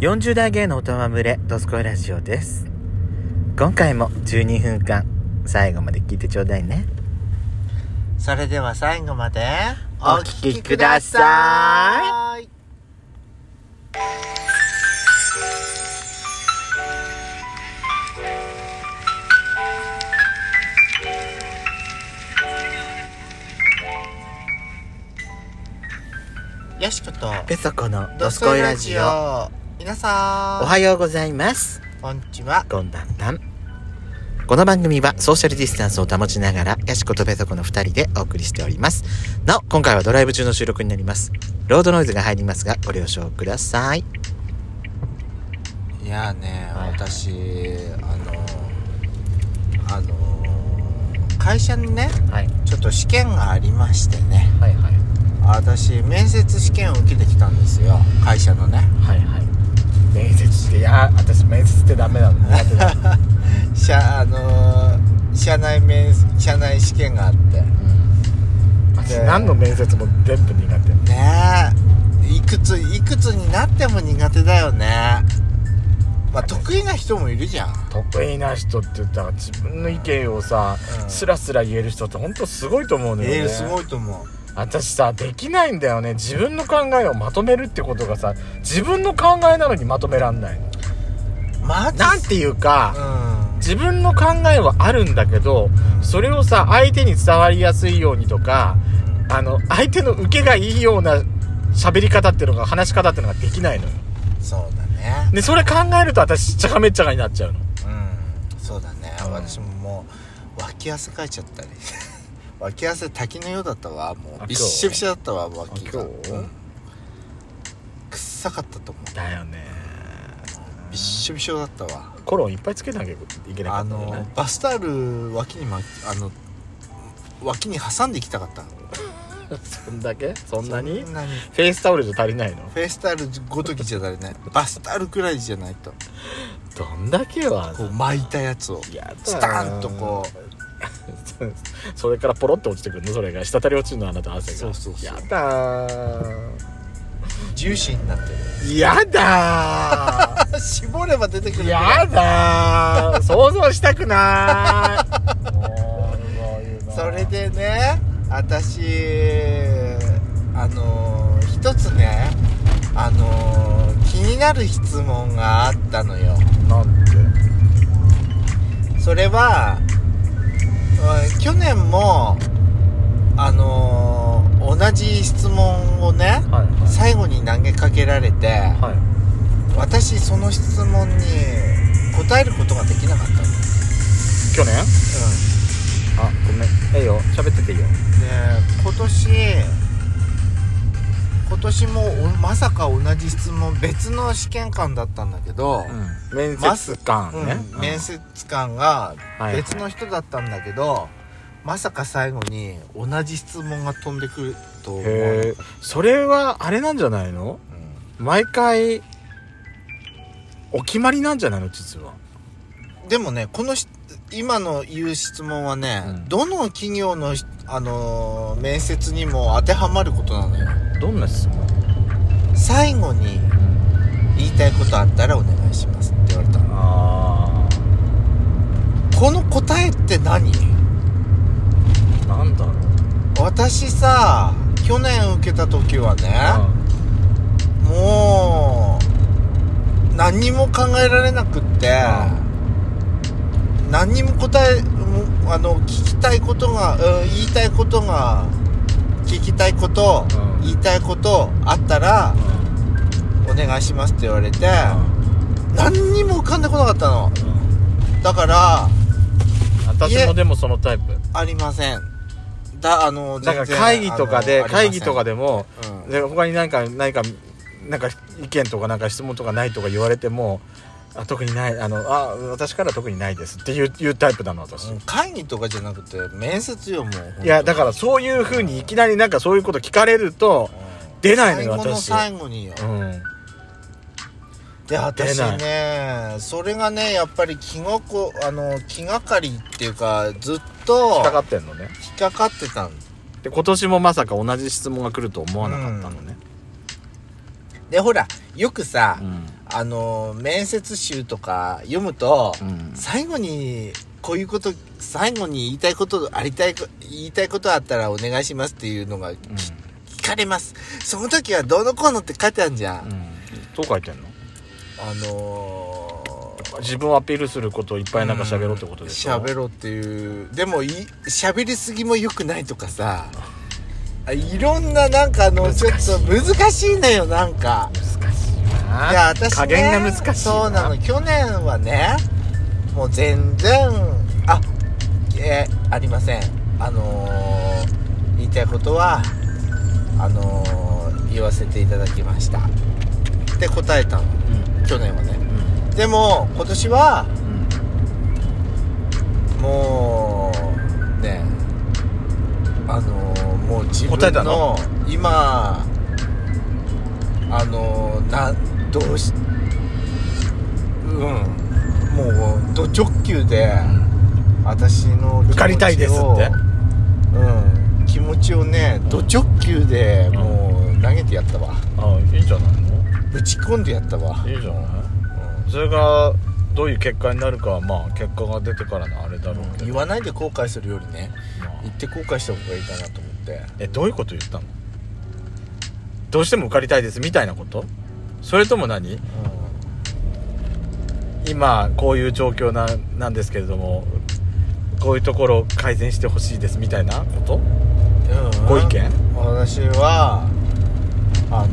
40代芸の大人群れ、ドスコイラジオです。今回も12分間、最後まで聞いてちょうだいね。それでは最後まで、お聴きください。よしこと、ペソコのドスコイラジオ。皆さん。おはようございます。こんにちは。こんばんは。この番組はソーシャルディスタンスを保ちながら、ヤシコとペソコの2人でお送りしております。なお、今回はドライブ中の収録になります。ロードノイズが入りますが、ご了承ください。いやね、はい、私、あの、あの、会社にね、はい、ちょっと試験がありましてね。はいはい。私面接試験を受けてきたんですよ会社のねはいはい面接していや私面接ってダメなの ね社あのー、社内面社内試験があって、うん、私何の面接も全部苦手ねえいくついくつになっても苦手だよねまあ、得意な人もいるじゃん得意な人って言ったら自分の意見をさ、うん、スラスラ言える人って本当すごいと思うのよね、えー、すごいと思う私さできないんだよね自分の考えをまとめるってことがさ自分の考えなのにまとめらんないの、ま、なんていうか、うん、自分の考えはあるんだけどそれをさ相手に伝わりやすいようにとかあの相手の受けがいいような喋り方っていうのが話し方っていうのができないのよそうだねでそれ考えると私しっちゃかめっちゃかになっちゃうのうんそうだね、うん、私ももう脇汗かいちゃったり 脇汗滝のようだったわもうびっしょびしょだったわ脇が、うん、臭かったと思うだよねびっしょびしょだったわコロンいっぱいつけなきゃいけなかった、ね、あのバスタール脇に、ま、あの脇に挟んでいきたかった そんだけそんなにフェイスタオルじゃ足りないのフェイスタオルごときじゃ足りないバスタオルくらいじゃないとどんだけはこう巻いたやつをやスタンとこう それからポロッと落ちてくるのそれが滴り落ちるのあなた汗がそうそうそうやだー ジューシーになってるやだー 絞れば出てくるやだー想像したく ないそれでね私あのー、一つねあのー、気になる質問があったのよなんでそれは去年もあのー、同じ質問をね、はいはい、最後に投げかけられて、はい、私その質問に答えることができなかったの去年うんあごめんええよ喋ってていいよで今年今年もまさか同じ質問別の試験官だったんだけど、うん、面接官ね、うん、面接官が別の人だったんだけど、はいはい、まさか最後に同じ質問が飛んでくると思うそれはあれなんじゃないの、うん、毎回お決まりなんじゃないの実はでもねこの今の言う質問はね、どの企業の、あのー、面接にも当てはまることなのよどんな質問最後に言いたいことあったらお願いしますって言われたのこの答えって何なんだろう私さ去年受けた時はね、もう何にも考えられなくって、何にも答えあの聞きたいことが、うん、言いたいことが聞きたいこと、うん、言いたいことあったら、うん、お願いしますって言われて、うん、何にも浮かんでこなかったの、だから私もでもそのタイプありませんだあのなんか会議とかで会議とかでも、で他になんか何かなんか意見とかなんか質問とかないとか言われてもあ特にないあのあ私から特にないですっていういうタイプなの私会議とかじゃなくて面接よもういやだからそういうふうにいきなりなんかそういうこと聞かれると、うん、出ないのよ私最後の最後によ、うん、で私ねそれがねやっぱり気ごこあの気がかりっていうかずっと引っかかってんのね引っかかってたんで今年もまさか同じ質問が来ると思わなかったのね、うん、でほらよくさ、うんあの面接集とか読むと、うん最後にこういうこと最後に言いたいことありたいこ言いたいことあったらお願いしますっていうのが、き聞かれますその時はどうのこうのって書いてあるじゃん、どう書いてんのあのー自分をアピールすることをいっぱいなんか喋ろうってことでしょ喋ろうっていうでもい喋りすぎも良くないとかさあいろんななんかあの難しちいょっと難しいのよなんか難しいないや私ね加減が難しいなそうなの去年はねもう全然あえーありませんあのー言いたいことはあのー言わせていただきましたって答えたの去年はねでも今年はうんもうねあのーもう自答え分たのの今あのーなどうしうんもうド直球で私の気持ちを受かりたいですってうん気持ちをねド直球でもう投げてやったわあいいんじゃないぶち込んでやったわのいいじゃないそれがどういう結果になるかはまあ結果が出てからのあれだろうけど言わないで後悔するよりねまあ言って後悔した方がいいかなと思ってえどういうこと言ったのどうしても受かりたいですみたいなことそれとも何今こういう状況ななんですけれどもこういうところを改善してほしいですみたいなことうんご意見私はあの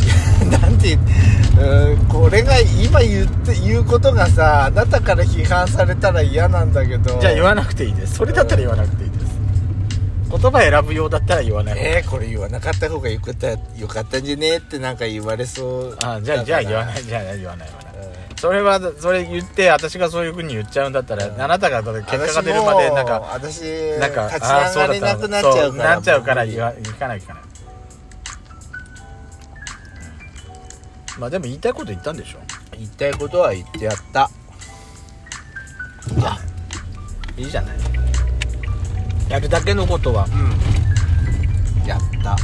ー、い やなんて言ううんこれが今言って言うことがさあなたから批判されたら嫌なんだけどじゃあ言わなくていいですそれだったら言わなくていいです言葉選ぶようだったら言わない、えー、これ言わなかった方がよかったよかったんじゃねえってなんか言われそう、あじゃあじゃあ言わないいじゃあ言わない言わないうんそれはそれ言って私がそういうふうに言っちゃうんだったら、うんあなたがだって結果が出るまでなんか私なんか立ち上がれなくなっちゃうそうからなっちゃうから言わ行かない行かないまあでも言いたいこと言ったんでしょ言いたいことは言ってやったあいいじゃないやるだけのことはうんやった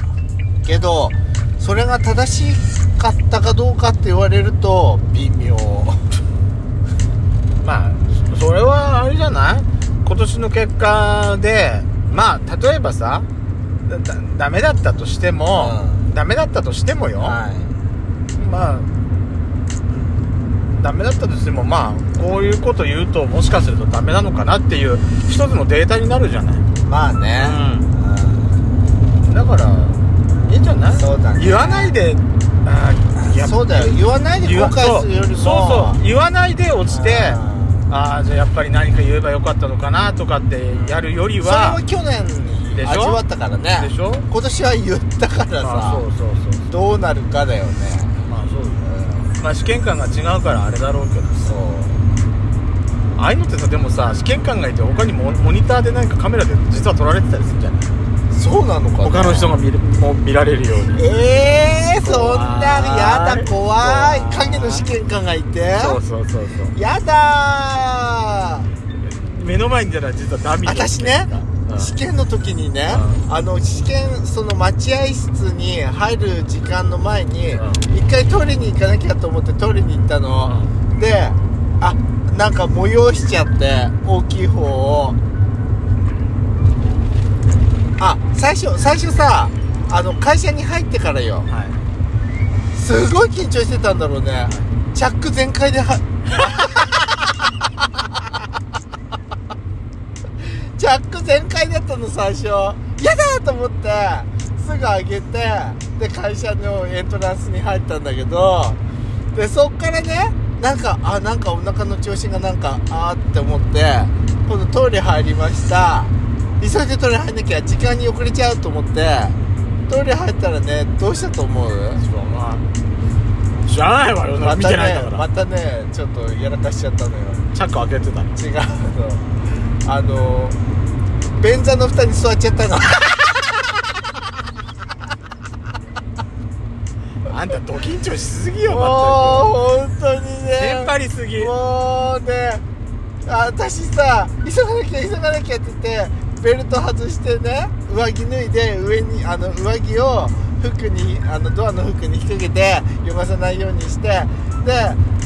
けどそれが正しかったかどうかって言われると微妙まあそそれはあれじゃない今年の結果でまあ例えばさだだダメだったとしても、うんダメだったとしてもよ、はまあダメだったとしてもまあこういうこと言うともしかするとダメなのかなっていう一つのデータになるじゃないいまあねだからいいんじゃないそうだね言わないであーういんやそうだよ言わないで言後わ悔するよりもそうそうそう言わないで落ちてうんああじゃあやっぱり何か言えばよかったのかなとかってやるよりそれはは去年にでしょ味わったからねでしょ今年は言ったからまさあそうそうそうどうなるかだよねまあそううだねんまあ試験官が違うからあれだろうけどそうああいうのってさでもさ試験官がいて他にモモニターで何かカメラで実は撮られてたりするじゃないそうなのかな他の人が見るもう見られるようにえー、そんなやだ怖怖いい影の試験官がいてそうそうそうそうやだー目の前にじゃない実はダミーの私ねうん試験の時にねあの試験その待合室に入る時間の前にうん一回トイレに行かなきゃと思ってトイレに行ったのであなんか催しちゃって大きい方をあ最初最初さあの会社に入ってからよはいすごい緊張してたんだろうねチャック全開ではチャック全開だったの最初やだと思ってすぐ上げてで会社のエントランスに入ったんだけどでそっからねなんかあなんかお腹の調子がなんかあーって思って今度トイレ入りました急いでトイレ入んなきゃ時間に遅れちゃうと思ってトイレ入ったらねどうしたと思うそうまあ知らないわよ、ま見たてないんだねかまら、たねちょっとやらかしちゃったのよチャック開けてたの違うのあの便座の蓋に座っちゃった のあんたド緊張しすぎよまっもう本当にねたくテンパりすぎもうねあ私さ急がなきゃ急がなきゃって言ってベルト外してね上着脱いで上にあの上着をフックにあのドアのフックに引っ掛けて汚さないようにしてで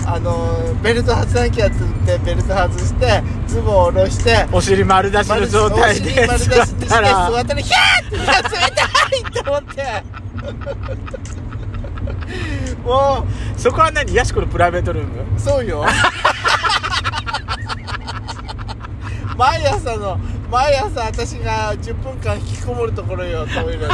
あのベルト外さなきゃって言ってベルト外してズボンを下ろしてお尻丸出しの状態おで尻丸出しに座っしてたら座ったらヒャーって冷たいって思ってもそこは何ヤシコのプライベートルームうそうよ 毎朝の毎朝私が10分間引きこもるところよトイレで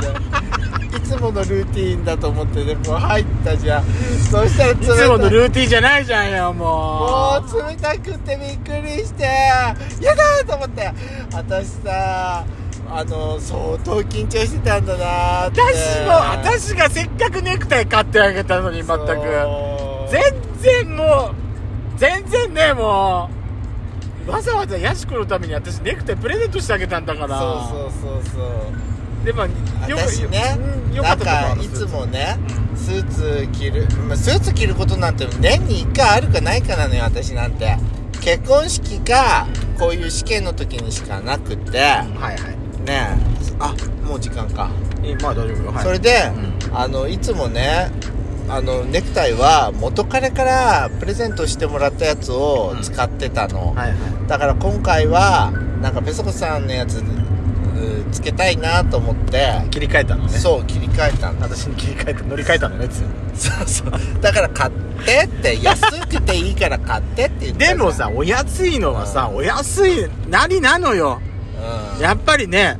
いつものルーティーンだと思ってでもう入ったじゃんそしたら冷たいつものルーティンじゃないじゃんよももうう冷たくてびっくりしてやだーと思って私さあの相当緊張してたんだなーって私も私がせっかくネクタイ買ってあげたのに全くそう全然もう全然ねもうわざわざヤシコのために私ネクタイプレゼントしてあげたんだからそうそうそうそうでもよ私ねうんよかなっんたと思かういつもねスーツ着る、まあ、スーツ着ることなんて年に1回あるかないかなのよ私なんて結婚式かこういう試験の時にしかなくてはいはいねえあもう時間かえまあ大丈夫よはいそれで、うあのいつもねあのネクタイは元彼からプレゼントしてもらったやつをうん使ってたの、はいはいだから今回はなんかペソコさんのやつうんつけたいなと思って切り替えたのねそう切り替えたんだ私に切り替えて乗り換えたのねつそうそうだから買ってって安くていいから買ってって言ったじでゃんも、さお安いのはさお安いなりなのようん、やっぱりね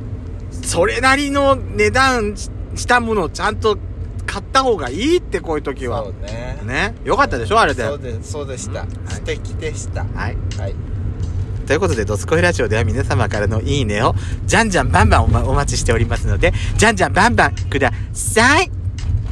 それなりの値段ししたものをちゃんと買った方がいいってこういう時はそうねねよかったでしょあれでそうでそうでした、い素敵でしたはいはいということで、ドスコイラジオでは皆様からのいいねを、じゃんじゃんバンバンお,、ま、お待ちしておりますので、じゃんじゃんバンバンください